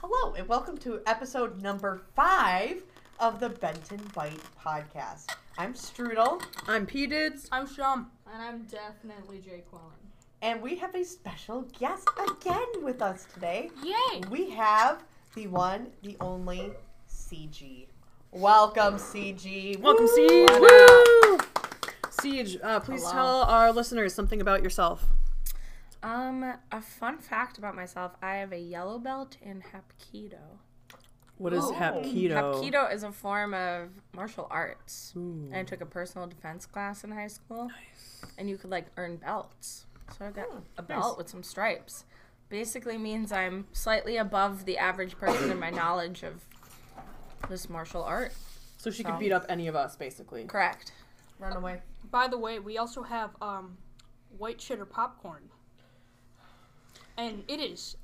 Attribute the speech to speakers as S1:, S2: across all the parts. S1: Hello, and welcome to episode number five of the Benton Bite podcast. I'm Strudel,
S2: I'm P Dids.
S3: I'm Shum.
S4: And I'm definitely Jake Quellen.
S1: and we have a special guest again with us today.
S3: Yay!
S1: We have the one, the only CG. Welcome, CG.
S2: Welcome,
S1: Woo!
S2: Siege. Woo! Siege, uh, please
S3: Hello.
S2: tell our listeners something about yourself.
S3: Um, a fun fact about myself: I have a yellow belt in Hapkido.
S2: What is
S1: Ooh.
S2: Hapkido?
S3: Hapkido is a form of martial arts. I took a personal defense class in high school, and you could like earn belts. So I got a belt with some stripes. Basically means I'm slightly above the average person in my knowledge of this martial art.
S2: So she could beat up any of us, basically.
S3: Correct.
S1: Run away.
S4: By the way, we also have um, white cheddar popcorn. And it is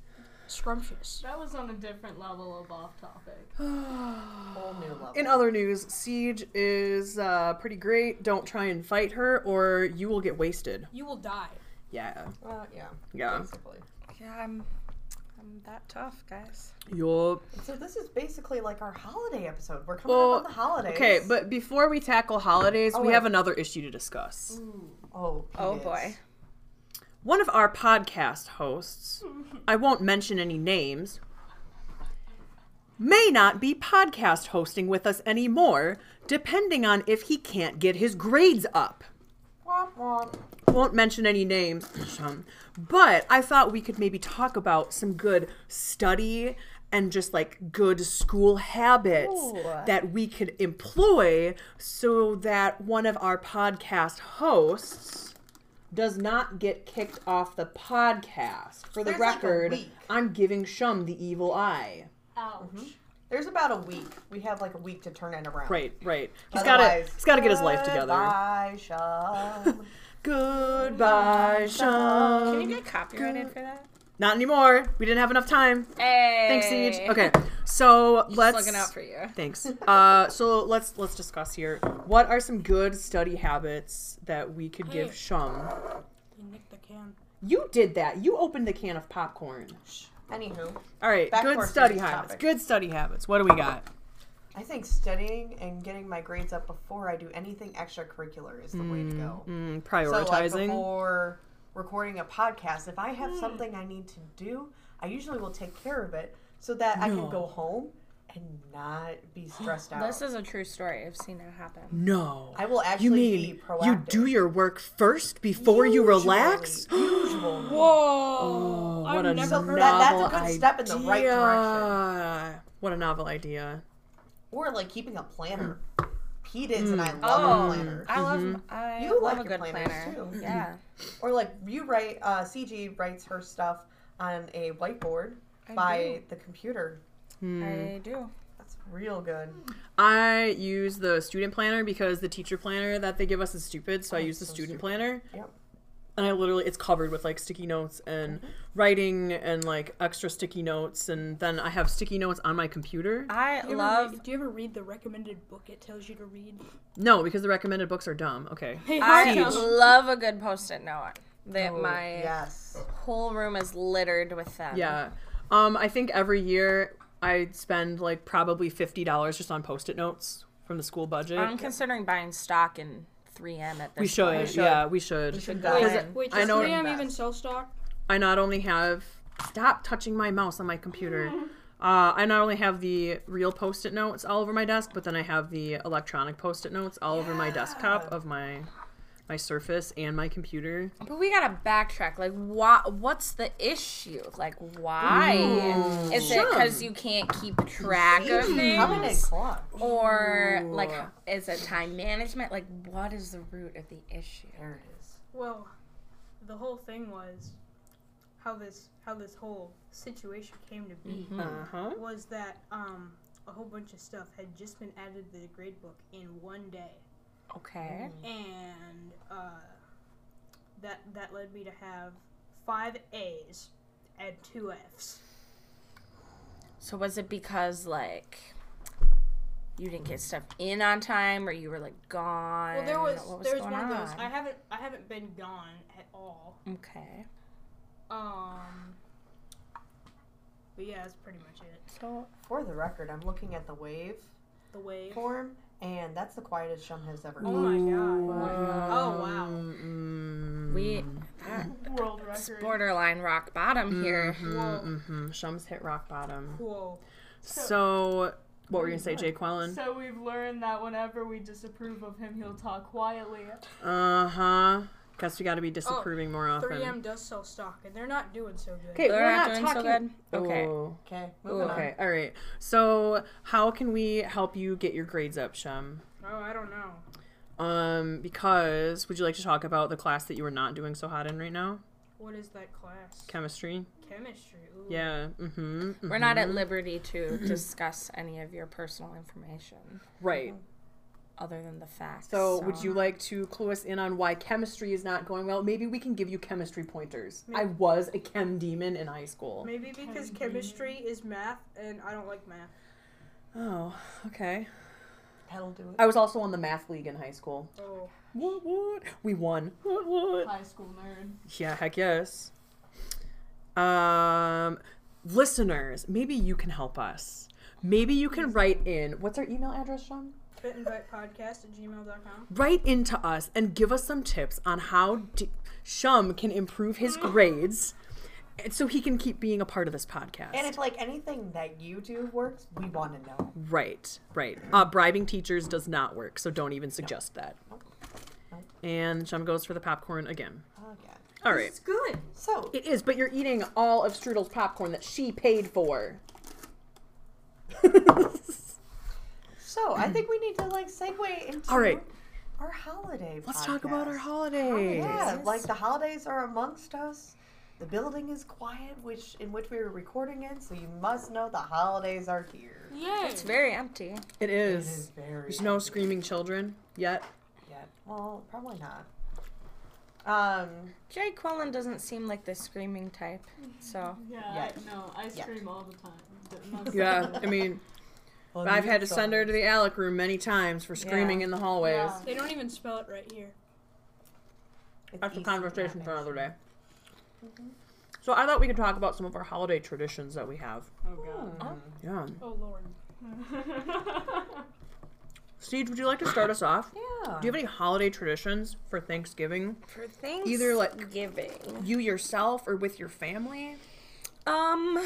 S4: scrumptious.
S5: That was on a different level of off topic.
S1: Whole new level.
S2: In other news, Siege is uh, pretty great. Don't try and fight her, or you will get wasted.
S4: You will die.
S2: Yeah,
S1: Well, Uh, yeah,
S2: yeah.
S1: basically.
S3: Yeah, I'm. I'm that tough, guys.
S2: Yup.
S1: So this is basically like our holiday episode. We're coming
S2: Well,
S1: up on the holidays.
S2: Okay, but before we tackle holidays,
S1: Oh,
S2: we
S1: wait.
S2: have another issue to discuss.
S1: oh,
S3: Oh
S1: yes.
S3: boy.
S2: One of our podcast hosts, I won't mention any names, may not be podcast hosting with us anymore, depending on if he can't get his grades up.
S1: Womp womp.
S2: Won't mention any names, um, but I thought we could maybe talk about some good study and just like good school habits that we could employ so that one of our podcast hosts does not get kicked off the podcast. For the
S1: There's like a
S2: record,
S1: week.
S2: I'm giving Shum the evil eye.
S5: Ouch.
S1: There's about a week. We have like a week to turn it around.
S2: Right, right. He's got to he's got to get his life together.
S1: Bye, Shum.
S2: Goodbye,
S3: Can
S2: Shum.
S3: you get copyrighted for that?
S2: Not anymore. We didn't have enough time.
S3: Hey.
S2: Thanks, Siege. Okay, so let's.
S3: Just looking out for you.
S2: Thanks. Uh, so let's let's discuss here. What are some good study habits that we could give Shum?
S4: You nicked the can.
S2: You did that. You opened the can of popcorn.
S1: Anywho,
S2: All right.
S1: Back
S2: good
S1: towards
S2: study
S1: today's
S2: habits.
S1: topic.
S2: Good study habits. What do we got?
S1: I think studying and getting my grades up before I do anything extracurricular is the way to go.
S2: Mm,
S1: So like
S2: prioritizing. Mm.
S1: before recording a podcast, if I have something I need to do, I usually will take care of it so that I can go home and not be stressed out.
S3: This is a true story. I've seen it happen.
S2: no.
S1: I will actually
S2: you mean
S1: be proactive.
S2: you do your work first before you relax?
S1: Usually- usually.
S2: Oh, what a
S4: I'm never-
S1: So
S2: novel
S1: that- that's a good step in the right
S2: idea.
S1: direction.
S2: What a novel idea.
S1: Or like keeping a planner. Pete is
S2: Mm.
S1: and I love
S2: Oh.
S1: a planner.
S3: I love I
S1: You
S3: love
S1: like
S3: a
S1: your
S3: good
S1: planners,
S3: planner.
S1: too.
S3: Yeah,
S1: Or like you write, uh, CG writes her stuff on a whiteboard by the computer.
S2: Mm.
S3: I do.
S1: That's real good.
S2: I use the student planner because the teacher planner that they give us is stupid, Oh, so I use the student planner.
S1: Yep.
S2: And I literally, it's covered with like sticky notes and writing and like extra sticky notes, and then I have sticky notes on my computer.
S3: I
S4: Do you, ever
S3: love.
S4: read, do you ever read the recommended book it tells you to read?
S2: No, because the recommended books are dumb. Okay.
S3: I love a good post-it note. That
S2: Oh,
S3: my
S1: Yes.
S3: whole room is littered with them.
S2: Yeah. Um, I think every year I spend like probably fifty dollars just on post-it notes from the school budget.
S3: I'm considering buying stock in 3M at this.
S2: we should,
S3: Point.
S2: yeah, we should.
S1: should
S3: Wait,
S1: die.
S3: is it-
S4: Wait,
S2: I
S4: does
S2: know-
S4: 3M even sell stock?
S2: I not only have stop touching my mouse on my computer. Uh, I not only have the real post-it notes all over my desk, but then I have the electronic post-it notes all over my desktop of my my Surface and my computer.
S3: But we gotta backtrack. Like, why? What's the issue? Like, why is it because you can't keep track of
S1: CG, coming in
S3: things?
S1: clutch.
S3: or like is it time management like what is the root of the issue
S1: There it is.
S5: Well, the whole thing was how this how this whole situation came to be
S3: Uh,
S2: Uh-huh.
S4: Mm-hmm.
S5: was that um a whole bunch of stuff had just been added to the grade book in one day.
S3: okay
S2: Mm-hmm.
S5: And uh that that led me to have five A's and two F's.
S3: so was it because like you didn't get stuff in on time or you were like gone
S5: Well, there was,
S3: What
S5: there was
S3: going
S5: one of those.
S3: on?
S5: I haven't I haven't been gone at all.
S3: okay
S5: Um, But yeah, that's pretty much it.
S1: So, for the record, I'm looking at the wave
S5: The wave.
S1: form, and that's the quietest Shum has ever
S5: Oh
S1: been.
S5: my god. Oh wow.
S2: Mm, Mm-hmm.
S3: We that,
S5: World
S3: it's
S5: record.
S3: borderline rock bottom here.
S5: Whoa.
S2: mhm. Shum's hit rock bottom.
S5: Whoa.
S2: So, Mm-hmm. what were you gonna say, Jay Quellen?
S6: So we've learned that whenever we disapprove of him, he'll talk quietly.
S2: uh huh. Guess we got to be disapproving more often.
S5: 3M does sell stock, and they're not doing so good.
S2: Okay,
S3: They're
S2: we're
S3: not
S2: not
S3: doing so
S2: talking- Oh.
S3: good. Okay.
S2: Ooh.
S1: Okay,
S2: Ooh,
S1: moving
S2: okay, all right. So, how can we help you get your grades up, Shum?
S5: Oh, I don't know.
S2: Um, because would you like to talk about the class that you are not doing so hot in right now?
S5: What is that class?
S2: Chemistry.
S5: Chemistry. Ooh.
S2: Yeah. Mm-hmm.
S3: We're not at liberty to discuss any of your personal information
S2: right.
S3: other than the facts.
S2: So, would you like to clue us in on why chemistry is not going well? Maybe we can give you chemistry pointers. I was a chem demon in high school.
S5: Maybe because chemistry is math, and I don't like math.
S2: Oh, okay.
S1: That'll do it.
S2: I was also on the math league in high school.
S5: Oh.
S2: What? What? We won. What? What?
S6: High school nerd.
S2: Yeah, heck yes. Um, listeners, maybe you can help us. Maybe you can write in. What's our email address, Sean?
S5: Fit and Bite Podcast at gmail.com.
S2: Write into us and give us some tips on how D- Shum can improve his grades, and so he can keep being a part of this podcast.
S1: And if like anything that you do works, we want to know.
S2: right, right. Uh, bribing teachers does not work, so don't even suggest that.
S1: Nope. Nope.
S2: And Shum goes for the popcorn again.
S1: Oh yeah.
S2: All right.
S5: It's good.
S1: So
S2: It is, but you're eating all of Strudel's popcorn that she paid for.
S1: so I think we need to like segue into
S2: Mm. All right.
S1: our holiday.
S2: Let's talk about
S1: podcast.
S2: our
S1: Oh,
S2: holidays.
S1: Yeah,
S3: Yes.
S1: like the holidays are amongst us. The building is quiet, which in which we were recording in, so you must know the holidays are here.
S4: Yay!
S3: It's very empty.
S2: It is.
S1: very
S2: There's no screaming children yet.
S1: yet. Well, probably not. Um,
S3: Jay Quellen doesn't seem like the screaming type.
S5: Mm-hmm.
S3: So
S6: Yeah,
S1: Yes.
S6: I, no, I
S1: Yeah.
S6: scream all the time. But not
S2: Yeah,
S6: so-
S2: I mean, I've had to send her to the Alec room many times for screaming
S3: Yeah.
S2: in the hallways.
S6: Yeah.
S4: They don't even spell it right here.
S1: It's
S2: That's a
S1: Easter
S2: conversation for
S1: happening.
S2: another day. So I thought we could talk about some of our holiday traditions that we have.
S6: Oh god.
S2: Yeah.
S4: Oh lord.
S2: Steve, would you like to start us off?
S1: Yeah.
S2: Do you have any holiday traditions for Thanksgiving?
S3: for Thanksgiving,
S2: Either, like-
S3: giving.
S2: You yourself or with your family?
S3: Um.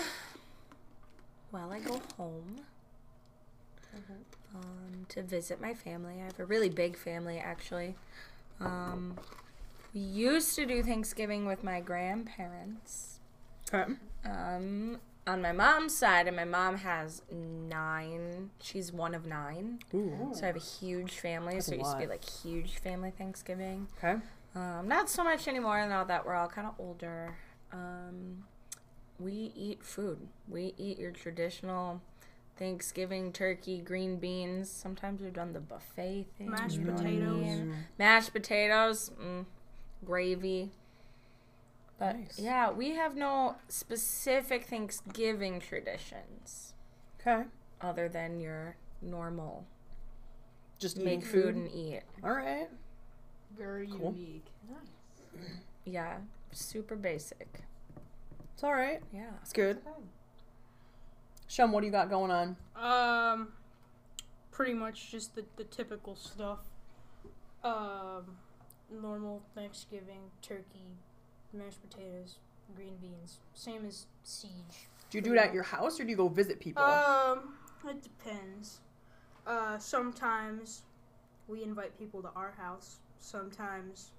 S3: Well, I go home. Um, to visit my family. I have a really big family, actually. Um, we used to do Thanksgiving with my grandparents.
S2: Okay.
S3: Um, on my mom's side, and my mom has nine. She's one of nine,
S2: Ooh.
S3: so I have a huge family. so
S2: a
S3: it used to be
S2: lot.
S3: like huge family Thanksgiving.
S2: Okay.
S3: Um, not so much anymore now that we're all kind of older. Um, we eat food. We eat your traditional Thanksgiving turkey, green beans. Sometimes we've done the buffet thing.
S5: Mashed
S3: you know what I
S5: potatoes.
S3: mean? Mashed potatoes. Mm, gravy. But
S2: Nice.
S3: yeah, we have no specific Thanksgiving traditions
S2: Okay.
S3: other than your normal
S2: Just eating
S3: make food and eat.
S2: All right.
S6: Very
S2: Cool.
S6: unique.
S3: Yeah, super basic.
S2: It's all right.
S3: Yeah.
S2: It's good. Shum, what do you got going on?
S4: Um, pretty much just the, the typical stuff.
S5: Um, normal Thanksgiving turkey, mashed potatoes, green beans, same as siege.
S2: Do you do it at your house or do you go visit people?
S5: Um, it depends. Uh, sometimes we invite people to our house. Sometimes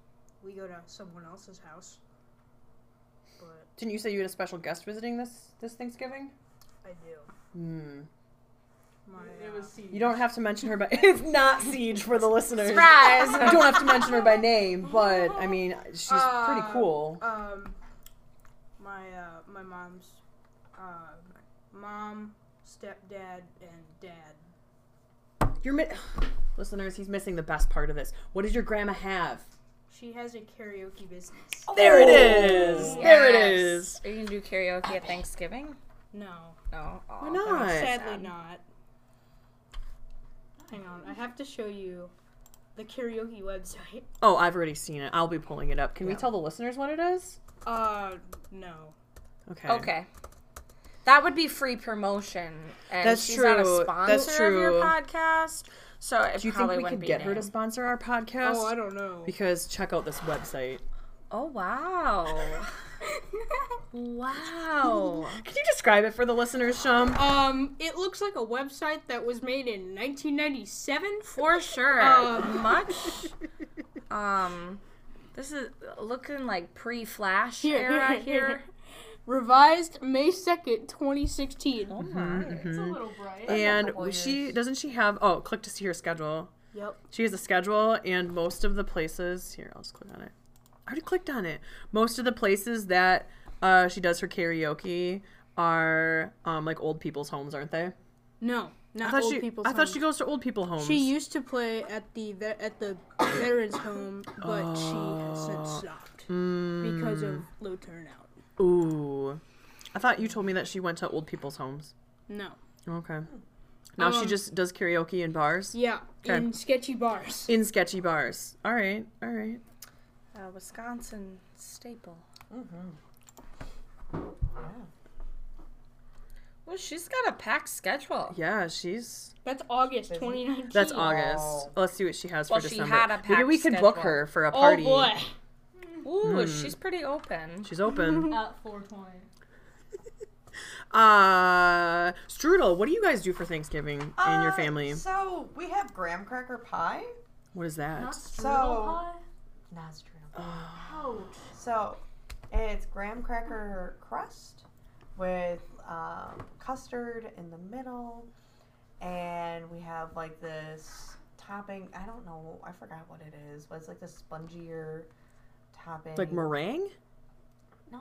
S5: we go to someone else's house. But
S2: Didn't you say you had a special guest visiting this this Thanksgiving?
S5: I do.
S2: Hmm.
S5: My,
S6: It was C.
S2: You don't have to mention her by it's not Siege for the listeners.
S3: Surprise!
S2: You don't have to mention her by name, but I mean she's pretty
S5: Uh,
S2: cool.
S5: um my uh my mom's um mom, stepdad, and dad.
S2: You're mi- listeners, he's missing the best part of this. What does your grandma have?
S5: She has a karaoke business.
S2: There it is. There it is.
S3: Are you gonna do karaoke at Thanksgiving?
S5: No,
S3: No. Oh,
S2: Why not?
S5: sadly not. Hang on, I have to show you the karaoke website.
S2: Oh, I've already seen it. I'll be pulling it up. Can we tell the listeners what it is?
S5: Uh, no.
S2: Okay.
S3: Okay. That would be free promotion, and
S2: That's
S3: she's not a
S2: true.
S3: sponsor
S2: That's
S3: of your
S2: true.
S3: podcast, so it
S2: Do you think
S3: probably
S2: we
S3: wouldn't
S2: could
S3: be
S2: get her to
S3: named.
S2: sponsor our podcast?
S5: Oh, I don't know.
S2: because check out this website.
S3: Oh wow! wow!
S2: Can you describe it for the listeners, Shum?
S4: Um, it looks like a website that was made in 1997.
S3: For sure.
S2: Uh.
S4: Um,
S3: Much. Um, this is looking like pre-Flash
S4: Here,
S3: era
S4: here, here.
S3: here.
S4: Revised May 2nd, 2016.
S3: Oh my.
S6: It's a little bright.
S2: And
S1: couple
S2: she
S1: years.
S2: doesn't she have oh click to see her schedule.
S5: Yep.
S2: She has a schedule, and most of the places here, I'll just click on it. I already clicked on it. Most of the places that uh, she does her karaoke are um, like old people's homes, aren't they?
S4: No,
S2: I
S4: not
S2: thought
S4: old
S2: she
S4: people's
S2: I thought
S4: homes.
S2: she goes to old people homes.
S4: She used to play at the ve- at the veterans home, but she has since
S2: Oh.
S4: stopped because of
S2: Hmm.
S4: low turnout.
S2: Ooh, Hmm. I thought you told me that she went to old people's homes.
S4: No.
S2: Okay. Now she
S4: Um,
S2: just does karaoke in bars.
S4: Yeah,
S2: Okay.
S4: in sketchy bars.
S2: In sketchy bars. All right. All right.
S3: A Wisconsin staple.
S4: Mm-hmm.
S3: Well, she's got a packed schedule.
S2: Yeah, she's
S4: That's August 2019.
S2: That's
S4: August.
S2: August.
S1: Wow.
S2: Let's see what she has
S3: Well,
S2: for
S3: she
S2: December.
S3: had a
S2: Maybe we
S3: packed
S2: could book
S3: schedule.
S2: her for a
S4: Oh
S2: party.
S4: boy. Mm.
S3: Ooh, she's pretty open.
S2: She's open.
S6: At 420.
S2: Uh, Strudel, what do you guys do for Thanksgiving in
S1: Uh,
S2: your family?
S1: So we have graham cracker pie.
S2: What is that?
S1: So that's true.
S6: Oh,
S1: So it's graham cracker crust with um, custard in the middle, and we have like this topping. I don't know. I forgot what it is, but it's like this spongier topping.
S2: Like meringue?
S1: No.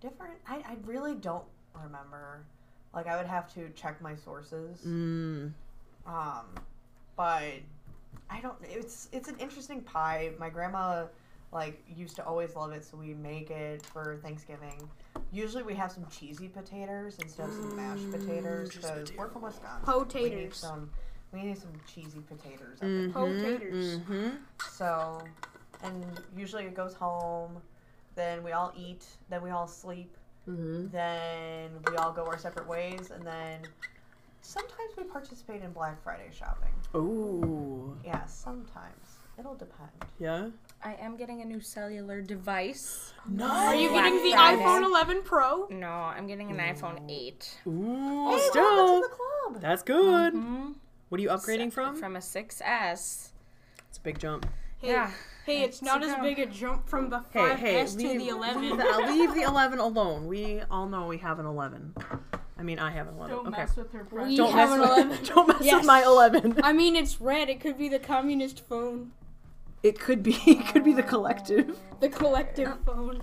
S1: Different. I, I really don't remember. Like I would have to check my sources.
S2: Mm.
S1: Um, but I don't. It's it's an interesting pie. My grandma like used to always love it, so we make it for Thanksgiving. Usually we have some cheesy potatoes instead of some mashed potatoes
S2: cheesy
S1: because we're from Wisconsin. We need
S4: Potatoes.
S1: some. We need some cheesy potatoes. I
S5: Mm.
S1: think.
S4: Potatoes.
S2: Mm-hmm.
S1: So, and usually it goes home. Then we all eat. Then we all sleep.
S2: Mm-hmm.
S1: Then we all go our separate ways. And then sometimes we participate in Black Friday shopping.
S2: Ooh.
S1: Yeah, sometimes. It'll depend.
S2: Yeah.
S3: I am getting a new cellular device.
S4: Are you
S3: Black
S4: getting the
S3: Friday.
S4: iPhone 11 Pro?
S3: No, I'm getting an iPhone 8.
S2: Ooh.
S1: Hey,
S2: still.
S1: welcome to the club.
S2: That's good.
S4: Mm-hmm.
S3: Hmm?
S2: What are you upgrading from?
S3: From a 6S.
S2: It's a big jump.
S4: Hey,
S3: Yeah.
S4: Hey, it's not
S3: So
S4: as
S3: go.
S4: big a jump from the
S2: Hey,
S4: 5S
S2: hey,
S4: to
S2: leave,
S4: the 11.
S2: Leave the, leave the 11 alone. We all know we have an 11. I mean, I have an 11.
S6: don't
S2: okay.
S6: mess with her friend.
S4: We
S2: don't
S4: have
S2: mess
S4: an
S2: with,
S4: 11.
S2: Don't mess
S4: Yes.
S2: with my 11.
S4: I mean, it's red. It could be the communist phone,
S2: It could be. It could be the collective.
S4: the collective phone.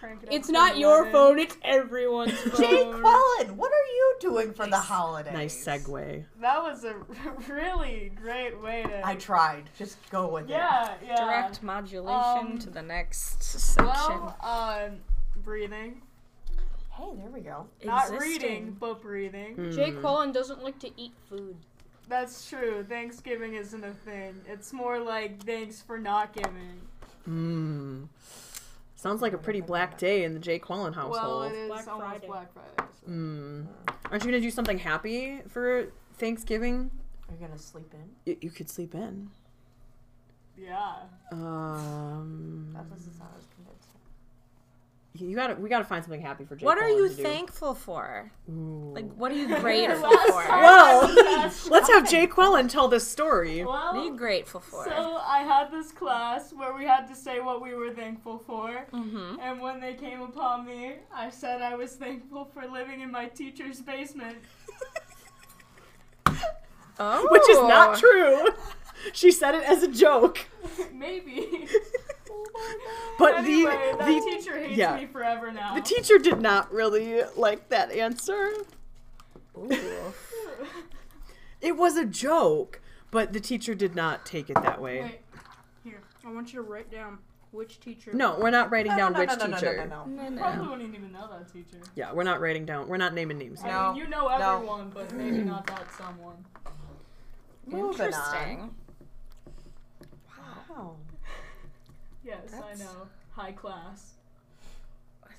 S6: Crank it up
S4: It's
S6: to
S4: not your
S6: 11.
S4: phone. It's everyone's
S1: Jake
S4: phone.
S1: Wellen, what are you doing for the holidays?
S2: Mm. Nice segue.
S6: That was a really great way to.
S1: I tried. Just go with it.
S6: yeah, yeah.
S3: Direct modulation
S6: Um,
S3: to the next section.
S6: Well, um, breathing.
S1: Hey, there we go.
S6: Not
S3: Existing.
S6: reading, but breathing.
S2: Hmm.
S4: Jake Quellen doesn't like to eat food.
S6: That's true. Thanksgiving isn't a thing. It's more like thanks for not giving.
S2: Mm. Sounds like a pretty black day in the Jay Quellen
S6: Well, it
S2: household.
S6: is
S4: Black
S6: almost
S4: Friday.
S6: Black Friday. so-
S2: Mm. Aren't you gonna do something happy for Thanksgiving?
S1: Are you going to sleep in?
S2: Y- you could sleep in.
S6: Yeah.
S2: Um,
S1: That doesn't sound as convincing.
S2: you gotta. We gotta find something happy for Jay.
S3: What are
S2: Quellen
S3: you
S2: to do.
S3: thankful for?
S2: Ooh.
S3: Like, what are you grateful
S6: Last
S3: for?
S6: time
S2: Well,
S6: I was asked-
S2: Let's have Jay Quellen tell this story.
S3: What are
S6: Well,
S3: you grateful for?
S6: So I had this class where we had to say what we were thankful for,
S2: Mm-hmm.
S3: Mhm.
S6: and when they came upon me, I said I was thankful for living in my teacher's basement.
S3: oh.
S2: Which is not true. She said it as a joke.
S6: Maybe.
S2: But
S6: anyway,
S2: the
S6: that
S2: the
S6: teacher hates
S2: yeah.
S6: me forever now.
S2: The teacher did not really like that answer. It was a joke, but the teacher did not take it that way.
S4: Wait. Here, I want you to write down which teacher.
S2: No, we're not writing down
S1: no,
S2: which
S1: no, no,
S2: teacher.
S1: No, no, no, no.
S6: Probably wouldn't even know that teacher.
S2: Yeah, we're not writing down. We're not naming names.
S1: No.
S6: I mean, you know
S1: no.
S6: everyone, but maybe not that someone.
S1: Moving
S3: Interesting.
S1: Wow.
S6: Yes, I
S3: That's-
S6: know. High class.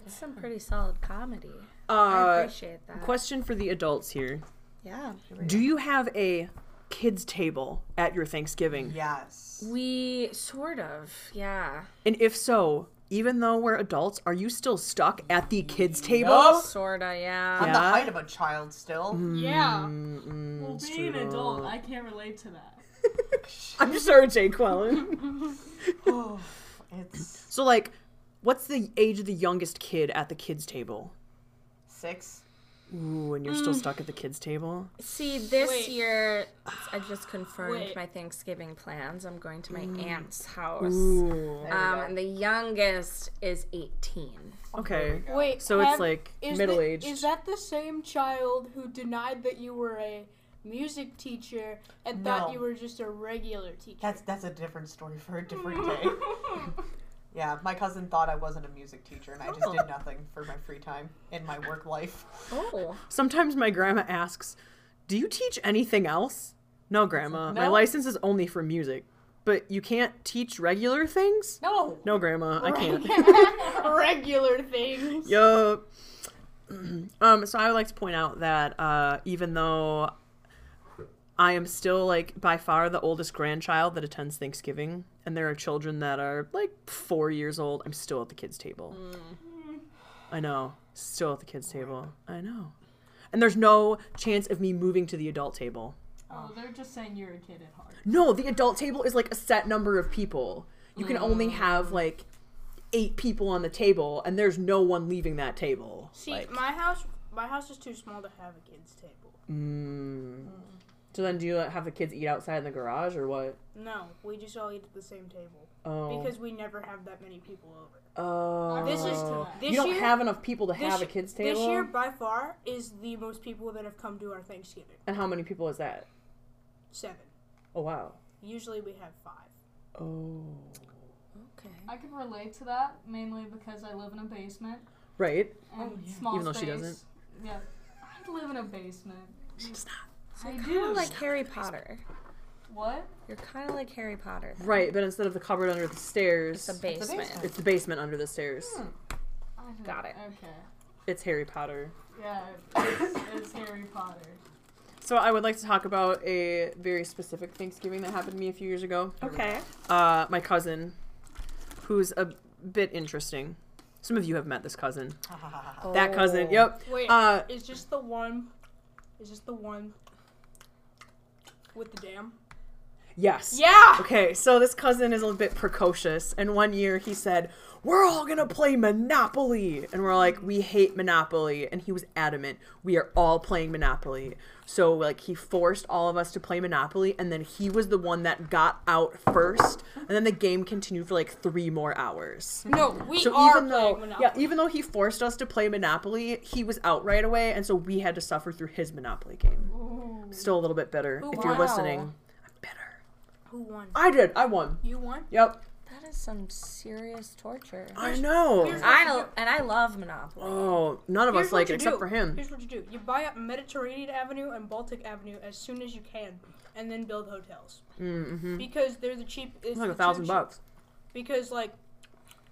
S3: That's some pretty solid comedy. I
S2: Uh,
S3: appreciate that.
S2: question for the adults here:
S3: yeah.
S2: Do you have a kids table at your Thanksgiving?
S1: Yes.
S3: We sort of, yeah.
S2: And if so, even though we're adults, are you still stuck at the kids table?
S3: Sorta, yeah.
S1: I'm the
S2: Yeah. Mm.
S1: height of a child still.
S6: Yeah. well,
S2: it's
S6: being an
S2: true.
S6: adult, I can't relate to that.
S2: I'm sorry, Jake Quellen.
S1: Oh, it's
S2: so, like, what's the age of the youngest kid at the kids table?
S1: six.
S2: Ooh, and you're
S1: Mm.
S2: still stuck at the kids table.
S3: See, this
S4: Wait.
S3: year I just confirmed
S4: Wait.
S3: my Thanksgiving plans. I'm going to my aunt's house.
S2: Ooh.
S3: Um, and the youngest is 18.
S2: Okay.
S4: Wait,
S2: So it's
S4: have-
S2: like
S4: is
S2: middle
S4: the-
S2: aged.
S4: Is that the same child who denied that you were a music teacher and
S1: No.
S4: thought you were just a regular teacher?
S1: That's that's a different story for a different day. yeah, my cousin thought I wasn't a music teacher, and I just
S2: Oh.
S1: did nothing for my free time in my work life.
S3: Oh.
S2: Sometimes my grandma asks, "Do you teach anything else?" No, grandma. My
S1: No.
S2: license is only for music. But you can't teach regular things?
S1: No.
S2: No, grandma, I can't.
S4: regular things.
S2: Yup. um, so I would like to point out that uh, even though I am still like by far the oldest grandchild that attends Thanksgiving, and there are children that are like four years old, I'm still at the kids' table.
S5: Mm.
S2: I know, still at the kids' table. I know, and there's no chance of me moving to the adult table.
S6: Oh, they're just saying you're a kid at heart.
S2: No, the adult table is like a set number of people. You can only
S5: Mm.
S2: have like eight people on the table, and there's no one leaving that table.
S5: See,
S2: Like-
S5: my house, my house is too small to have a kids table.
S2: Mm. So then, do you have the kids eat outside in the garage or what?
S5: No, we just all eat at the same table
S2: Oh,
S5: because we never have that many people over.
S2: oh.
S5: This is this
S2: you don't
S5: year.
S2: have enough people to
S5: this
S2: have a
S5: y-
S2: kids table.
S5: this year, by far, is the most people that have come to our Thanksgiving.
S2: and how many people is that?
S5: Seven.
S2: Oh wow.
S5: Usually, we have five.
S2: Oh,
S3: Okay.
S6: I can relate to that mainly because I live in a basement
S2: right.
S6: and small
S2: Even though she
S6: space.
S2: doesn't.
S6: Yeah, I live in a basement.
S2: She does not.
S6: I
S3: Kind
S6: do.
S3: of like Harry Potter.
S6: what?
S3: You're kind of like Harry Potter.
S2: Right, but instead of the cupboard under the stairs,
S3: It's a basement.
S1: basement.
S2: it's the basement under the stairs.
S5: Hmm.
S6: I don't-
S3: Got it.
S6: Okay.
S2: It's Harry Potter.
S6: Yeah, it's, it's Harry Potter.
S2: So I would like to talk about a very specific Thanksgiving that happened to me a few years ago.
S3: Okay.
S2: Uh, my cousin, who's a bit interesting. Some of you have met this cousin. That cousin. Yep.
S5: Oh. Wait,
S2: Uh,
S5: is this the one? Is this the one with the dam?
S2: Yes.
S5: Yeah.
S2: Okay, so this cousin is a little bit precocious, and one year he said, We're all gonna play Monopoly. And we're like, We hate Monopoly. And he was adamant, We are all playing Monopoly. So, like, he forced all of us to play Monopoly, and then he was the one that got out first. And then the game continued for like three more hours.
S4: No, we
S2: So,
S4: are
S2: even though,
S4: playing
S2: yeah,
S4: Monopoly.
S2: even though he forced us to play Monopoly, he was out right away, and so we had to suffer through his Monopoly game. Still a little bit bitter. if you're
S3: wow.
S2: listening, I'm bitter.
S5: Who won?
S2: I did. I won.
S5: You won.
S2: Yep.
S3: That is some serious torture.
S2: I know.
S3: I l- and I love Monopoly.
S2: Oh, none of us like it
S5: you
S2: except
S5: do.
S2: for him.
S5: Here's what you do: you buy up Mediterranean Avenue and Baltic Avenue as soon as you can, and then build hotels
S2: Mm-hmm.
S5: because they're the cheap. It's
S2: Like
S5: the
S2: a
S5: two
S2: thousand
S5: cheap-
S2: bucks.
S5: Because like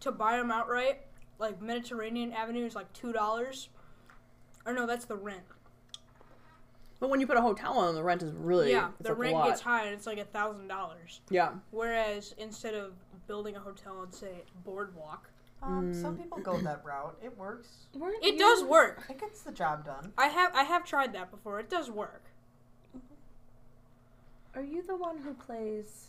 S5: to buy them outright, like Mediterranean Avenue is like two dollars. Or no, that's the rent.
S2: But when you put a hotel on, the rent is really
S5: yeah,
S2: it's
S5: the
S2: up a
S5: rent
S2: lot.
S5: gets high and it's like a thousand dollars.
S2: yeah.
S5: Whereas instead of building a hotel on say boardwalk,
S1: Um, Some
S2: Mm.
S1: people go that route. It works.
S3: Weren't
S5: it
S3: you-
S5: does work.
S1: It gets the job done.
S5: I have I have tried that before. It does work.
S3: Are you the one who plays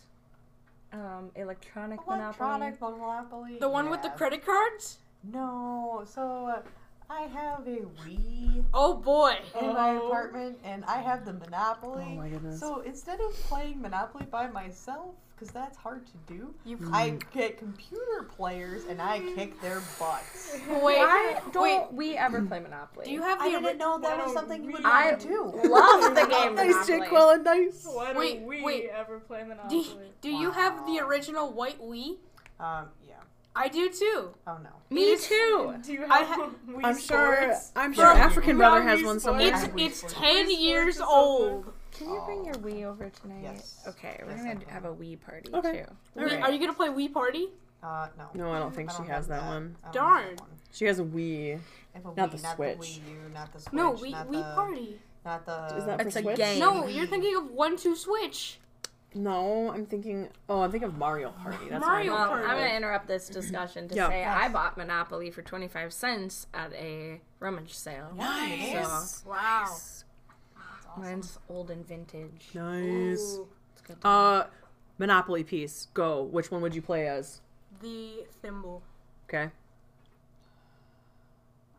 S3: um, electronic Monopoly?
S1: Electronic monopoly.
S5: The one with the
S1: yeah.
S5: credit cards?
S1: No. So uh, I have a Wii
S5: Oh boy.
S1: in my
S6: Oh.
S1: apartment, and I have the Monopoly.
S2: Oh my goodness.
S1: So instead of playing Monopoly by myself, because that's hard to do,
S2: Mm.
S1: I get computer players and I kick their butts.
S5: Wait.
S3: Why don't
S5: Wait.
S3: we ever play Monopoly?
S5: Do you have the
S1: I didn't
S5: ori-
S1: know that
S5: why
S1: was
S5: don't
S1: something you would
S6: we-
S1: want
S3: I
S1: to do.
S3: love the game
S2: Nice, Jake
S3: Monopoly.
S2: Quellen. Nice.
S6: Why don't
S5: Wait,
S6: we
S5: wait.
S6: ever play
S5: Do,
S6: Monopoly?
S5: do you have the original white Wii?
S1: Um, yeah.
S5: I do too.
S1: Oh no.
S3: Me too.
S6: Do you have
S5: I ha-
S6: Wii
S2: I'm sure.
S6: Sports?
S2: I'm
S1: Bro,
S2: sure African
S6: you
S2: brother
S6: have
S2: has
S6: these
S2: one
S6: sports?
S2: somewhere.
S5: It's
S1: Wii
S5: it's
S1: Sports.
S5: ten
S6: Wii
S5: years
S6: Sports is so
S5: old.
S3: Can you bring your Wii over tonight?
S1: Yes.
S3: Okay, we're
S1: Yes,
S3: gonna
S1: I
S3: have a Wii party
S2: Okay.
S3: too.
S2: All
S5: Wii-
S2: right.
S5: Are you gonna play Wii Party?
S1: Uh, no.
S2: No, I don't think she
S1: don't
S2: has
S1: have
S2: that one.
S1: I don't have
S4: Darn.
S1: that one.
S2: She has a Wii.
S1: I have a
S2: Not
S1: Wii, not
S2: the
S1: The
S2: Switch.
S1: Wii U, not the Switch.
S4: No, we
S1: not
S4: we
S1: the,
S4: party.
S1: Not the.
S2: Is that for
S3: It's a
S2: Switch?
S3: game.
S4: No, you're thinking of one two switch.
S2: No, I'm thinking. Oh, I'm thinking of Mario Party. That's Mario.
S4: Mario
S3: Well,
S4: Party.
S3: Um, I'm going to interrupt this discussion to
S2: Yeah.
S3: say I bought Monopoly for 25 cents at a rummage sale.
S2: Nice.
S4: Wow.
S3: Mine's old and vintage.
S2: Nice.
S3: It's good to-
S2: Uh, Monopoly piece. Go. Which one would you play as?
S5: The thimble.
S2: Okay.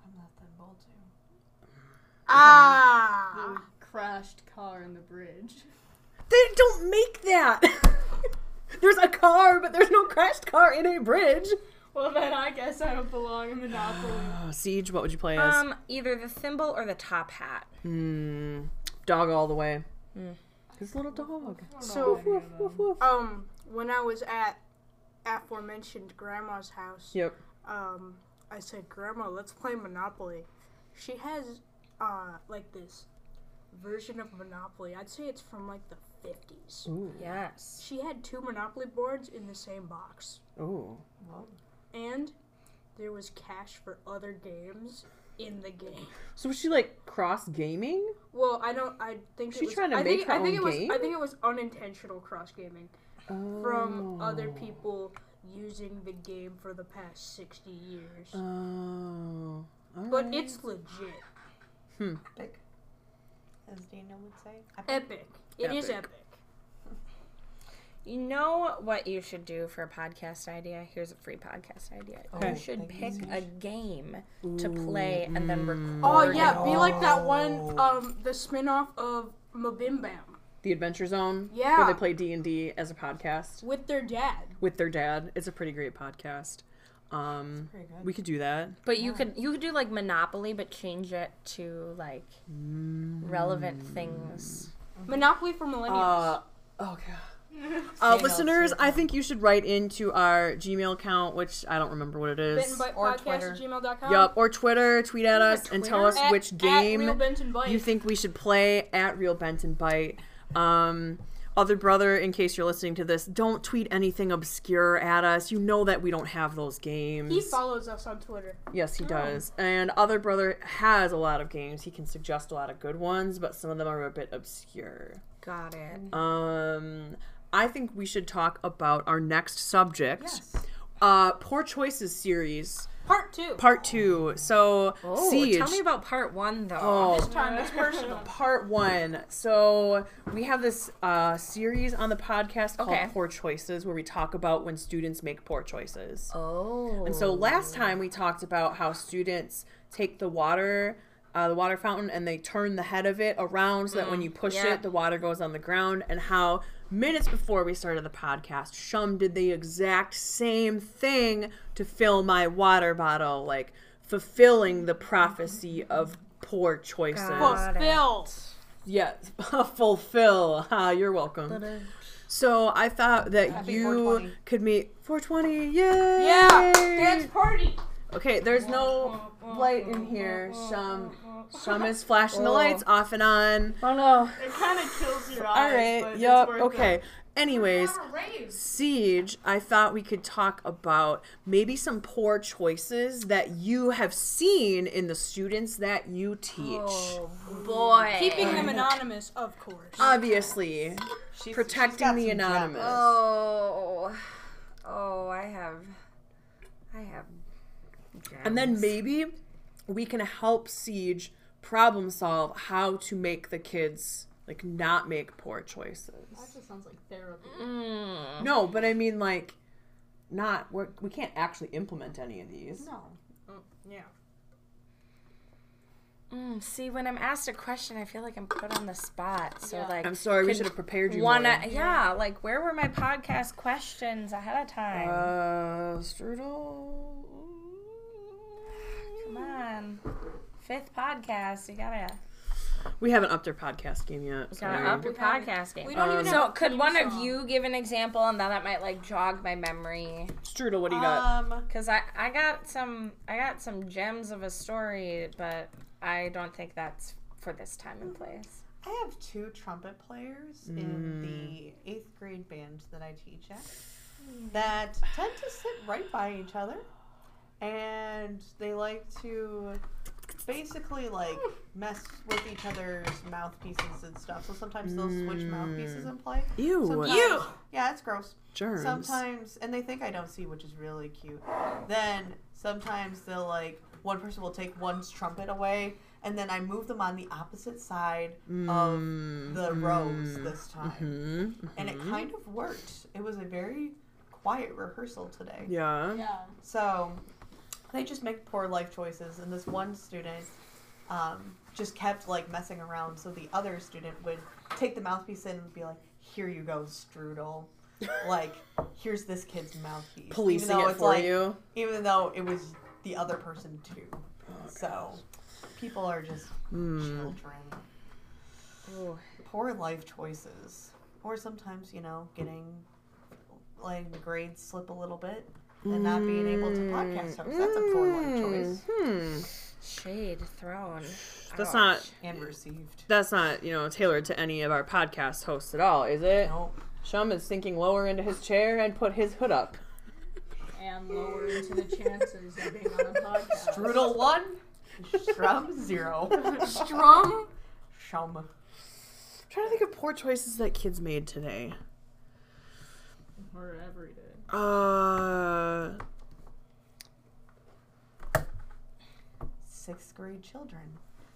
S1: I'm not that bold too.
S5: Ah.
S6: The crashed car in the bridge.
S2: They don't make that. there's a car, but there's no crashed car in a bridge.
S6: Well, then I guess I don't belong in Monopoly.
S2: Oh, Siege. What would you play as?
S3: um, either the thimble or the top hat.
S2: Hmm. Dog all the way. His little dog.
S5: So,
S2: Hmm. Woof, woof, woof.
S5: um, when I was at aforementioned grandma's house,
S2: Yep.
S5: um, I said, Grandma, let's play Monopoly. She has, uh, like this version of Monopoly. I'd say it's from like the 50s.
S2: Ooh.
S3: Yes.
S5: She had two Monopoly boards in the same box.
S2: Ooh.
S5: And there was cash for other games in the game.
S2: So was she like cross gaming?
S5: Well, I don't. I think
S2: She
S5: it was,
S2: trying to
S5: I
S2: make
S5: think,
S2: her
S5: I think
S2: own
S5: it was.
S2: game?
S5: I think it was unintentional cross gaming from
S2: Oh.
S5: other people using the game for the past sixty years.
S2: Uh, Oh.
S5: but it's legit,
S1: Epic. As Dana would say.
S5: epic. It is epic.
S3: You know what you should do for a podcast idea? Here's a free podcast idea.
S1: Okay.
S3: You should pick
S1: Thank you.
S3: a game to play and then record.
S5: Oh yeah,
S3: it.
S5: be like that one, um, the spinoff of Mabim Bam
S2: The Adventure Zone.
S5: Yeah.
S2: Where they play D and D as a podcast
S5: with their dad.
S2: with their dad. It's a pretty great podcast. Um,
S1: pretty good.
S2: we could do that.
S3: But you could you could do like Monopoly, but change it to like relevant things.
S5: Monopoly for millennials.
S2: Uh, oh god. Uh, listeners, I think you should write into our Gmail account, which I don't remember what it
S5: Bitten
S2: is.
S5: by
S1: or
S5: podcast
S1: Twitter.
S5: at gmail.com.
S2: Yup, or Twitter, tweet at us and tell us
S5: At-
S2: which
S5: at
S2: game
S5: Real Benton Bite.
S2: you think we should play at Real Benton Bite. Um, other brother, in case you're listening to this, don't tweet anything obscure at us. You know that we don't have those games.
S5: he follows us on Twitter.
S2: yes,
S3: Oh.
S2: he does. And other brother has a lot of games. He can suggest a lot of good ones, but some of them are a bit obscure.
S3: Got it.
S2: Um, I think we should talk about our next subject.
S1: Yes.
S2: Uh, poor choices series
S5: Part two.
S2: part two. So
S3: Oh,
S2: siege.
S3: tell me about part one though.
S2: Oh,
S5: time it's personal.
S2: part one. So we have this uh, series on the podcast called
S3: Okay.
S2: Poor Choices, where we talk about when students make poor choices.
S3: Oh.
S2: And so last time we talked about how students take the water, uh, the water fountain, and they turn the head of it around so that when you push
S3: yeah.
S2: it, the water goes on the ground. And how minutes before we started the podcast, Shum did the exact same thing to fill my water bottle, like fulfilling the prophecy of poor choices.
S3: Got it.
S5: Fulfilled.
S2: Yes, fulfill. Ah, you're welcome. So I thought that you
S1: 420.
S2: could meet 420. Yay!
S5: Yeah. Dance party.
S2: Okay, there's no light in here. Shum, Shum is flashing the lights off and on.
S3: Oh no.
S6: It kind of kills your
S2: All
S6: eyes.
S2: right.
S6: but
S2: Yup.
S6: It's worth
S2: Okay.
S6: It.
S2: Anyways, Siege, I thought we could talk about maybe some poor choices that you have seen in the students that you teach.
S3: Oh boy.
S5: Keeping them anonymous, of course.
S2: Obviously,
S1: She's,
S2: protecting the anonymous.
S1: Um,
S3: Oh. Oh, I have. I have.
S2: And then maybe we can help Siege problem solve how to make the kids like not make poor choices.
S4: That sounds like therapy.
S3: Mm.
S2: No, but I mean like not we're, we can't actually implement any of these.
S1: No.
S3: Mm, see, when I'm asked a question, I feel like I'm put on the spot. So like,
S2: I'm sorry, we
S3: could
S2: should have prepared you
S3: Wanna,
S2: more.
S3: yeah, like where were my podcast questions ahead of time?
S2: Uh, strudel.
S3: Come on, fifth podcast, you gotta
S2: We haven't upped our podcast game yet.
S3: gotta
S2: sorry.
S3: up your podcast game.
S5: We don't even
S3: Uh, So,
S5: have a
S3: could
S5: theme
S3: one of
S5: song.
S3: you give an example, and then that might like jog my memory?
S2: Strudel, what do you got?
S1: Um,
S3: Cause I I got some I got some gems of a story, but I don't think that's for this time and place.
S1: I
S2: Mm.
S1: have two trumpet players in the eighth grade band that I teach at. that tend to sit right by each other and they like to basically like mess with each other's mouthpieces and stuff. So sometimes they'll
S2: Mm.
S1: switch mouthpieces and play.
S2: Ew.
S1: Sometimes, Yeah, it's gross.
S2: Germs.
S1: Sometimes, and they think I don't see, which is really cute. Then sometimes they'll like one person will take one's trumpet away, and then I move them on the opposite side of the
S2: Mm-hmm.
S1: rows this time, and it kind of worked. It was a very quiet rehearsal today.
S2: Yeah.
S1: So they just make poor life choices, and this one student um, just kept like messing around. So the other student would take the mouthpiece in and be like, "Here you go, strudel." like, here's this kid's mouthpiece. Even
S2: Policing
S1: though
S2: it
S1: it's,
S2: for
S1: like-
S2: you.
S1: Even though it was the other person too. so people are just children.
S3: Ooh.
S1: Poor life choices, or sometimes you know getting like the grades slip a little bit and not being able to podcast
S4: Hmm.
S1: host. That's a poor life choice.
S2: Mm, Hmm.
S3: Shade thrown.
S2: That's
S3: Ouch.
S2: not
S1: and received.
S2: that's not, you know, tailored to any of our podcast hosts at all, is it?
S1: Nope.
S2: Shum is sinking lower into his chair and put his hood up.
S6: And lower into the chances of being on a podcast.
S1: Strudel one, Strum zero.
S4: Strum?
S1: Shum.
S2: I'm trying to think of poor choices that kids made today.
S6: Or every day.
S2: Uh
S1: Sixth grade children.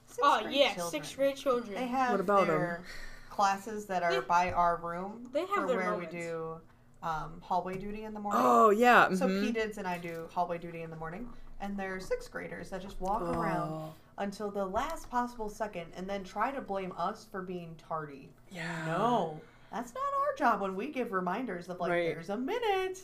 S1: Sixth
S4: Oh,
S1: grade
S4: yeah,
S1: children.
S4: sixth grade children.
S1: They have
S2: What about
S1: their classes that are by our room
S4: They have
S1: for
S4: their
S1: where
S4: moments.
S1: we do um, hallway duty in the morning.
S2: oh yeah.
S1: So
S2: mhm.
S1: P Dids and I do hallway duty in the morning, and they're sixth graders that just walk
S2: Oh.
S1: around until the last possible second, and then try to blame us for being tardy.
S2: yeah.
S1: No, that's not our job when we give reminders of like
S2: Right.
S1: there's a minute.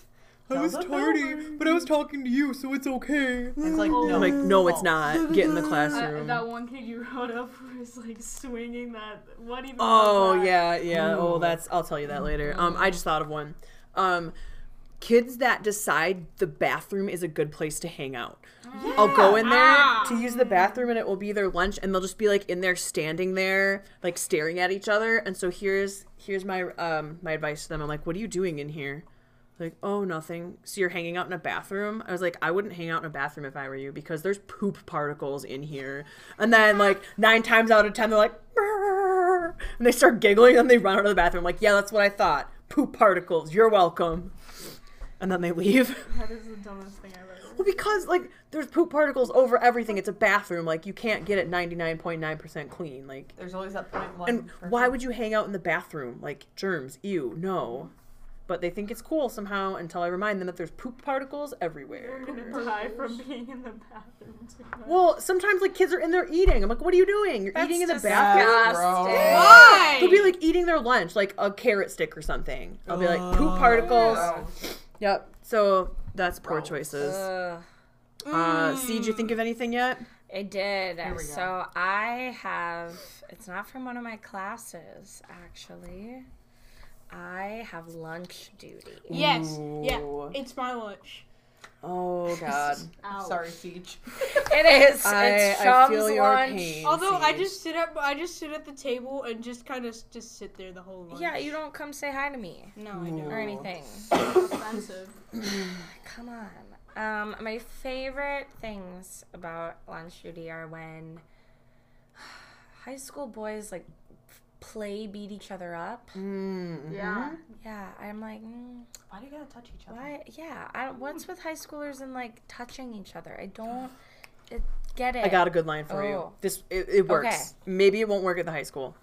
S2: I
S1: Tell
S2: was
S1: the
S2: tardy,
S1: bellman.
S2: but I was talking to you, so it's okay.
S1: It's like
S6: Oh.
S1: no,
S2: like, no, it's
S1: Oh.
S2: not. Get in the
S6: I,
S3: Um,
S2: classroom.
S6: that one kid you wrote up was like swinging that. What even?
S2: Oh
S6: was that?
S2: yeah, yeah. Oh, that's. I'll tell you that later. Um, I just thought of one. Um, kids that decide the bathroom is a good place to hang out. I'll go in there to use the bathroom, and it will be their lunch, and they'll just be like in there, standing there, like staring at each other. And so here's here's my um my advice to them. I'm like, what are you doing in here? Like, oh, nothing. So you're hanging out in a bathroom? I was like, I wouldn't hang out in a bathroom if I were you because there's poop particles in here. And then, like, nine times out of ten, they're like, "Brrr," and they start giggling and they run out of the bathroom. Like, yeah, that's what I thought. Poop particles. You're welcome. And then they leave.
S6: That is the dumbest thing I've ever.
S2: Well, because, like, there's poop particles over everything. It's a bathroom. Like, you can't get it 99.9% clean. Like,
S1: There's always that point one.
S2: and
S1: person.
S2: why would you hang out in the bathroom? Like germs, ew, no. But they think it's cool somehow until I remind them that there's poop particles
S6: You're
S2: everywhere.
S6: gonna die from being in the bathroom too much.
S2: Well, sometimes like kids are in there eating. I'm like, what are you doing? You're eating in the bathroom.
S1: Gross.
S4: Why?
S2: They'll be like eating their lunch, like a carrot stick or something. I'll be like,
S1: "Oh,
S2: poop particles. Yep. So that's poor choices.
S3: Ugh.
S2: Uh, see, did you think of anything yet?
S3: I did.
S1: we go.
S3: So I have. It's not from one of my classes, actually. I have lunch duty.
S4: yes. Yeah.
S2: Ooh.
S4: It's my lunch.
S2: Oh God.
S1: Sorry, Siege.
S3: It is.
S2: I,
S3: it's
S2: I
S3: Shum's
S2: feel your
S3: lunch.
S2: pain.
S4: Although I
S2: Siege.
S4: just sit up, I just sit at the table and just kind of just sit there the whole lunch.
S3: Yeah, you don't come say hi to me
S4: No, I don't.
S3: or anything.
S6: offensive.
S3: Come on. Um, my favorite things about lunch duty are when high school boys like f- play beat each other up.
S2: Mm-hmm.
S6: Yeah.
S3: Yeah, I'm like, mm,
S1: Why do you gotta touch each other?
S3: why? Yeah, I don't, what's with high schoolers and like touching each other? I don't it, get it.
S2: I got a good line for you.
S3: Oh.
S2: This it, it works. Maybe it won't work at the high school.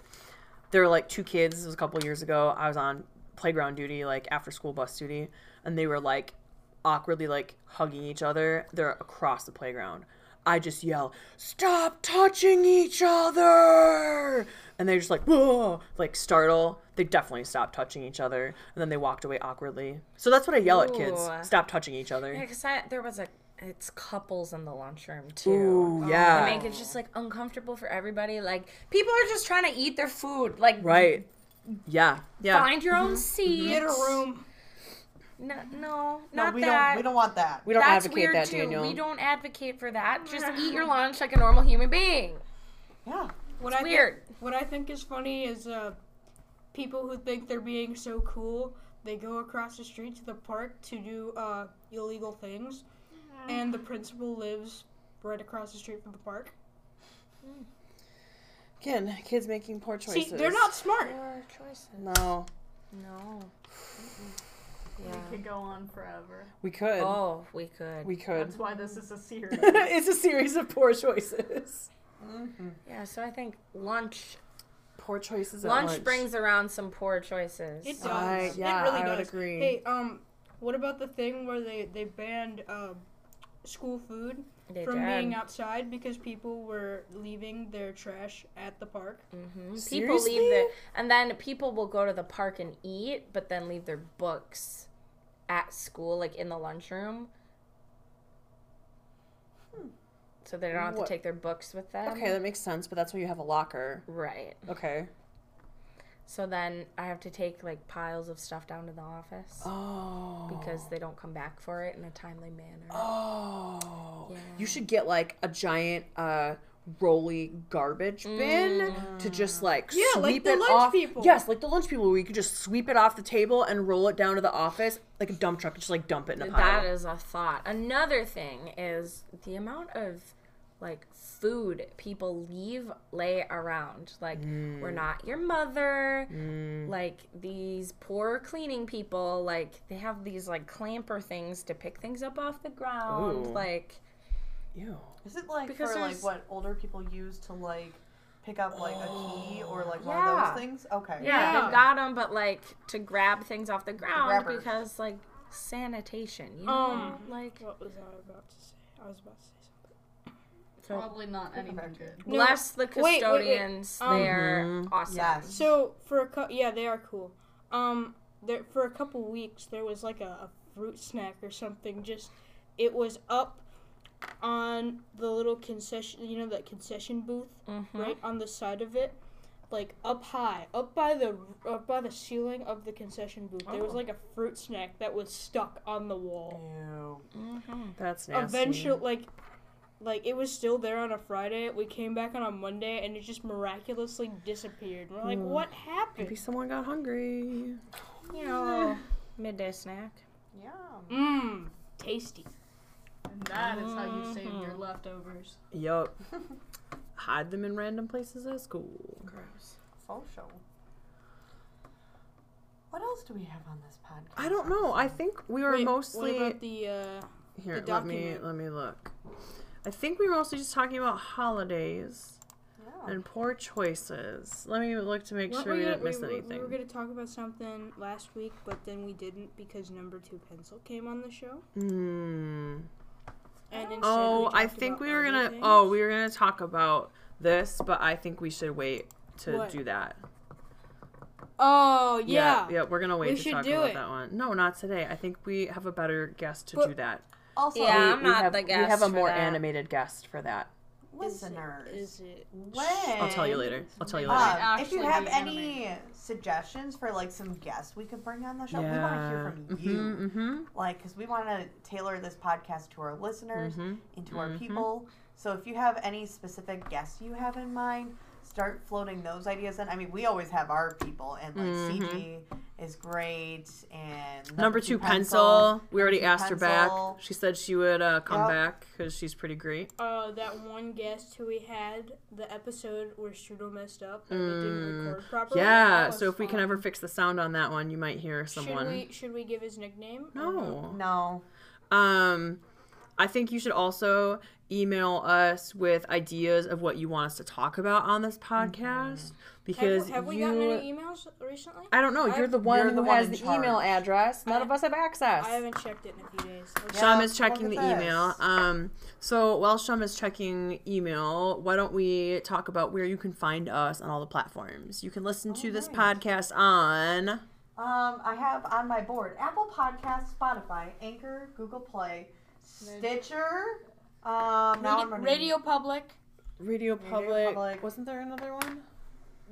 S2: There were like two kids. It was a couple years ago. I was on playground duty, like after school bus duty, and they were like awkwardly like hugging each other. They're across the playground. I just yell, "Stop touching each other!" And they just like, "Whoa!" Like startle. They definitely stopped touching each other, and then they walked away awkwardly. So that's what I yell at kids:
S3: Ooh.
S2: stop touching each other.
S3: Because there was a it's couples in the lunchroom too.
S2: Ooh,
S3: They
S2: yeah,
S3: make it just like uncomfortable for everybody. Like people are just trying to eat their food. Like
S2: right. Yeah, yeah.
S3: Find your
S1: Mm-hmm.
S3: own seat.
S4: Get a room.
S3: No, no,
S1: No,
S3: not
S1: we
S3: that.
S1: don't. We don't want that.
S2: We don't
S3: That's
S2: advocate
S3: weird
S2: that,
S3: too.
S2: Daniel.
S3: We don't advocate for that. Just eat your lunch like a normal human being.
S1: Yeah.
S4: What
S3: It's
S4: I thi-
S3: weird.
S4: what I think is funny is uh, people who think they're being so cool They go across the street to the park to do uh, illegal things, and the principal lives right across the street from the park.
S2: Again, kids making poor choices.
S4: See, they're not smart.
S3: Your choices.
S2: No,
S3: No.
S6: We
S3: Yeah.
S6: could go on forever.
S2: we could.
S3: Oh, we could.
S2: We could.
S6: That's why this is a series.
S2: it's a series of poor choices.
S3: Yeah. So I think lunch.
S2: Poor choices. at
S3: Lunch brings around some poor choices.
S4: It does.
S2: I- yeah,
S4: it really
S2: I would
S4: does.
S2: agree.
S4: Hey, um, what about the thing where they they banned um, school food
S3: They
S4: from
S3: did.
S4: being outside because people were leaving their trash at the park?
S3: Mhm. People
S2: Seriously?
S3: leave their, and then people will go to the park and eat, but then leave their books at school, like in the lunchroom. So they don't have
S2: Hmm. What-
S3: to take their books with them.
S2: Okay, that makes sense, but that's why you have a locker.
S3: Right.
S2: Okay.
S3: So then I have to take like piles of stuff down to the office
S2: Oh.
S3: because they don't come back for it in a timely manner.
S2: Oh.
S3: Yeah.
S2: You should get like a giant uh roly garbage bin to just like
S4: Mm. Yeah, like
S2: sweep
S4: the
S2: it
S4: lunch
S2: off.
S4: people.
S2: Yes, like the lunch people where you could just sweep it off the table and roll it down to the office like a dump truck and just like dump it in a pile.
S3: That is a thought. Another thing is the amount of like food people leave lay around. Like
S2: Mm.
S3: we're not your mother. Like these poor cleaning people, like they have these like clamper things to pick things up off the ground.
S2: Ooh.
S3: Like
S2: Ew.
S1: Is it like
S3: Because
S1: for
S3: there's-
S1: like what older people use to like pick up like a key or like one
S3: Yeah.
S1: of those things? Okay.
S3: yeah,
S4: Yeah.
S3: they've got them, but like to grab things off the ground
S1: grabbers.
S3: because like sanitation. You know,
S4: Um,
S3: like
S4: What was I about to say? I was about to say something.
S6: Probably not anything good.
S4: No.
S3: bless the
S4: Wait, wait, wait.
S3: custodians.
S4: Um,
S3: they are
S2: Mm-hmm.
S3: awesome.
S1: Yes.
S4: So for a cou- yeah, they are cool. Um, there for a couple weeks there was like a, a fruit snack or something. Just it was up on the little concession, you know, that concession booth
S3: Mm-hmm.
S4: right on the side of it, like up high, up by the up by the ceiling of the concession booth. There was like a fruit snack that was stuck on the wall.
S1: Ew.
S3: Mm-hmm.
S2: That's nasty.
S4: Eventually, like. Like it was still there on a Friday. We came back on a Monday, and it just miraculously disappeared. We're like, "What happened?"
S2: Maybe someone got hungry.
S3: You know, midday snack.
S1: Yum.
S4: Mmm, tasty.
S6: And that is how you save your leftovers.
S2: Yup. Hide them in random places at school.
S3: Gross.
S1: Social. What else do we have on this podcast?
S2: I don't know. I think we were
S4: Wait,
S2: mostly
S4: What about the uh,
S2: Here,
S4: The
S2: let me
S4: document.
S2: let me look. I think we were mostly just talking about holidays
S1: Yeah.
S2: and poor choices. Let me look to make
S4: weren't
S2: sure we
S4: gonna-
S2: didn't miss
S4: we, we-
S2: anything.
S4: We were gonna talk about something last week, but then we didn't because number two pencil came on the show.
S2: Hmm.
S4: And instead
S2: Oh,
S4: we
S2: I
S4: talked
S2: think
S4: about
S2: we were
S4: other
S2: gonna.
S4: things.
S2: Oh, we were gonna talk about this, but I think we should wait to
S4: What?
S2: do that.
S4: Oh yeah.
S2: yeah, we're gonna wait
S4: We
S2: to
S4: should
S2: talk
S4: do
S2: about
S4: it.
S2: that one. No, not today. I think we have a better guest to
S4: But-
S2: do that.
S1: Also,
S3: Yeah,
S2: we,
S3: I'm
S2: we
S3: not
S2: have,
S3: the
S2: We have
S3: guest
S2: a
S3: for
S2: more
S3: that.
S2: animated guest for that.
S1: listeners,
S4: Is it?
S1: when
S2: I'll tell you later. I'll tell you later.
S1: Um, if you
S6: actually
S1: have
S6: be
S1: any suggestions for like some guests we could bring on the show, we want to hear from you.
S2: hmm
S1: like because we want to tailor this podcast to our listeners
S2: Mhm.
S1: and to our people so if you have any specific guests you have in mind start floating those ideas in i mean we always have our people and like cg is great and
S2: Mm-hmm. Number two pencil. We already
S1: Number Two
S2: asked her back.
S1: Pencil.
S2: She said she would uh, come
S1: Yep.
S2: back because she's pretty great.
S4: Uh, that one guest who we had the episode where Strudo messed up and they didn't record properly.
S2: Mm, yeah.
S4: That
S2: So
S4: was
S2: if we can
S4: fun.
S2: ever fix the sound on that one, you might hear someone. Oh.
S4: Should we should we give his nickname? or
S2: No.
S1: no
S2: Um, I think you should also email us with ideas of what you want us to talk about on this podcast because
S4: Have, have we
S2: you.
S4: gotten any emails recently?
S2: I don't know.
S4: I've-
S2: You're the one
S1: You're
S2: who
S1: the one
S2: has
S1: in
S2: the email
S1: charge.
S2: address. None of us have access.
S4: I haven't checked it in a few days. Let's-
S2: Shum
S1: Yeah,
S2: is checking the
S1: look at
S2: email.
S1: this.
S2: Um, so while Shum is checking email, why don't we talk about where you can find us on all the platforms? You can listen to this podcast on.
S1: um i have on my board apple Podcasts, spotify anchor google play stitcher um now I'm running-
S4: Radio Public.
S2: Radio
S1: Public. Public.
S2: Wasn't there another one?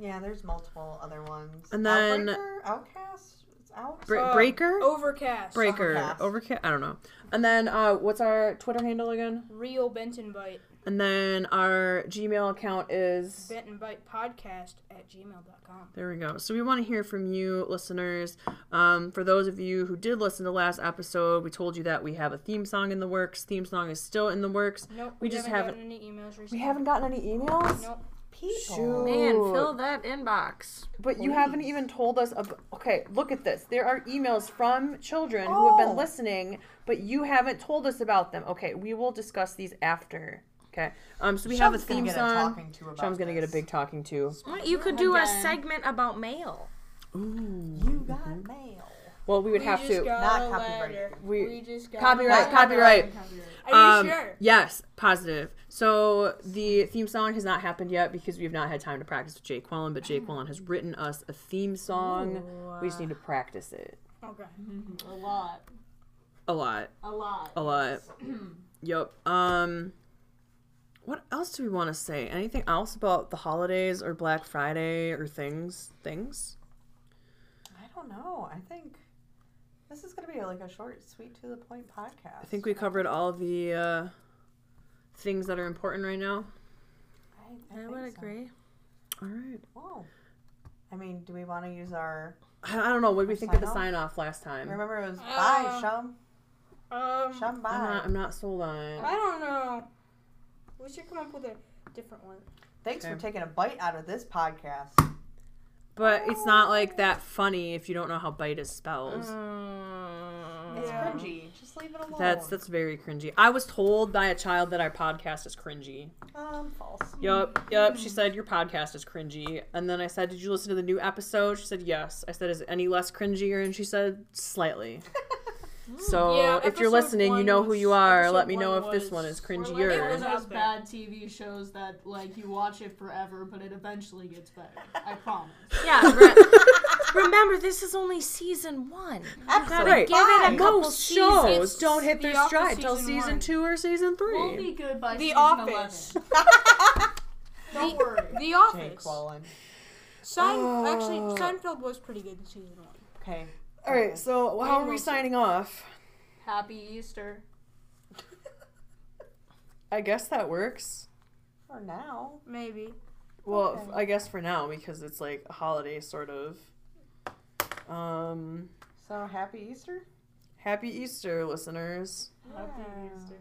S1: yeah there's multiple other ones
S2: And then-
S1: Outbreaker, outcast it's out
S2: Bre-
S4: Uh,
S2: Breaker?
S4: Overcast.
S2: Breaker.
S1: Overcast.
S2: Overcast. I don't know. And then uh, what's our Twitter handle again?
S4: Real Benton Bite.
S2: And then our Gmail account is
S4: Bet and Bite Podcast at gmail.com.
S2: There we go. So we want to hear from you, listeners. Um, for those of you who did listen to last episode, we told you that we have a theme song in the works. Theme song is still in the works.
S4: Nope,
S2: We
S4: we,
S2: just
S4: haven't gotten any emails recently.
S1: We haven't gotten any emails.
S4: Nope.
S1: People.
S3: Man,
S2: Ooh.
S3: fill that inbox.
S2: But you haven't even told us. Ab- okay, look at this. There are emails from children who have
S1: Oh.
S2: been listening, but you haven't told us about them. Okay, we will discuss these after. Okay. Um. So we have a
S1: Shum's gonna
S2: theme
S1: get a
S2: song.
S1: talking to about
S2: Sean's gonna get a
S1: this.
S2: big talking to.
S3: You could do a segment about mail.
S2: Ooh.
S1: You
S2: Mm-hmm.
S1: got mail.
S2: Well, we would have
S4: just
S2: to.
S4: got
S1: Not
S4: a
S1: copyrighted.
S4: letter.
S2: We-
S4: we just got
S2: Copyright,
S4: a letter.
S2: copyright.
S4: Are
S2: Um,
S4: you sure?
S2: Yes, positive. So the theme song has not happened yet because we have not had time to practice with Jake Quallen, but Jake Quallen has written us a theme song. We just need to practice it
S4: Okay.
S6: A lot.
S2: a lot,
S6: A lot.
S2: a lot. yep. Um, what else do we want to say? Anything else about the holidays or Black Friday or things? Things.
S1: I don't know. I think this is gonna be like a short, sweet, to the point podcast.
S2: I think we covered all the uh, things that are important right now.
S1: I,
S3: I
S1: think
S3: would
S1: so.
S3: agree.
S2: All right.
S1: Oh. I mean, do we want to use our?
S2: I, I don't know. What did we
S1: Our
S2: think of the
S1: sign-off?
S2: sign off last time?
S1: Remember it was bye,
S4: Uh,
S1: Shum,
S4: Um,
S1: Shum,
S2: Mm. I'm
S1: bye.
S2: not. I'm not sold on it.
S4: I don't know. We should come up with a different one.
S1: Thanks for
S2: Okay.
S1: taking a bite out of this podcast.
S2: But it's not like that funny if you don't know how bite is spelled.
S3: Mm.
S1: It's
S4: Yeah.
S1: cringy. Just leave it alone.
S2: That's that's very cringy. I was told by a child that our podcast is cringy.
S1: um, false.
S2: Yup, yup. She said your podcast is cringy, and then I said, "Did you listen to the new episode?" She said, "Yes." I said, "Is it any less cringier?" And she said, "Slightly." so
S4: Yeah,
S2: if you're
S4: episode
S2: listening, you
S4: one
S2: know who you
S4: was-
S2: are.
S4: episode
S2: Let me know if
S4: one
S2: this one
S4: was-
S2: is
S6: Or like one of
S2: cringier.
S4: was-
S6: those bad TV shows that like you watch it forever, but it eventually gets better. I promise.
S3: Yeah. re- remember, this is only season one.
S1: Absolutely.
S2: Right.
S3: Give it a
S1: Bye.
S3: couple
S2: Most shows
S3: seasons.
S2: don't hit
S6: The
S2: their
S6: Office
S2: stride till
S6: season
S2: season
S6: one.
S2: two or season
S6: We'll
S2: three.
S6: be good by
S4: The
S6: season
S4: Office.
S6: 11. Don't worry.
S4: The
S1: Jake
S4: Office.
S1: Quallen.
S4: Sein- Actually, Seinfeld was pretty good in season one.
S1: Okay.
S2: All right. So how are we signing off?
S6: Happy Easter.
S2: I guess that works.
S1: For now.
S4: Maybe.
S2: Well, f I I guess for now because it's like a holiday sort of. Um,
S1: So happy Easter.
S2: happy Easter, listeners.
S6: Happy Easter.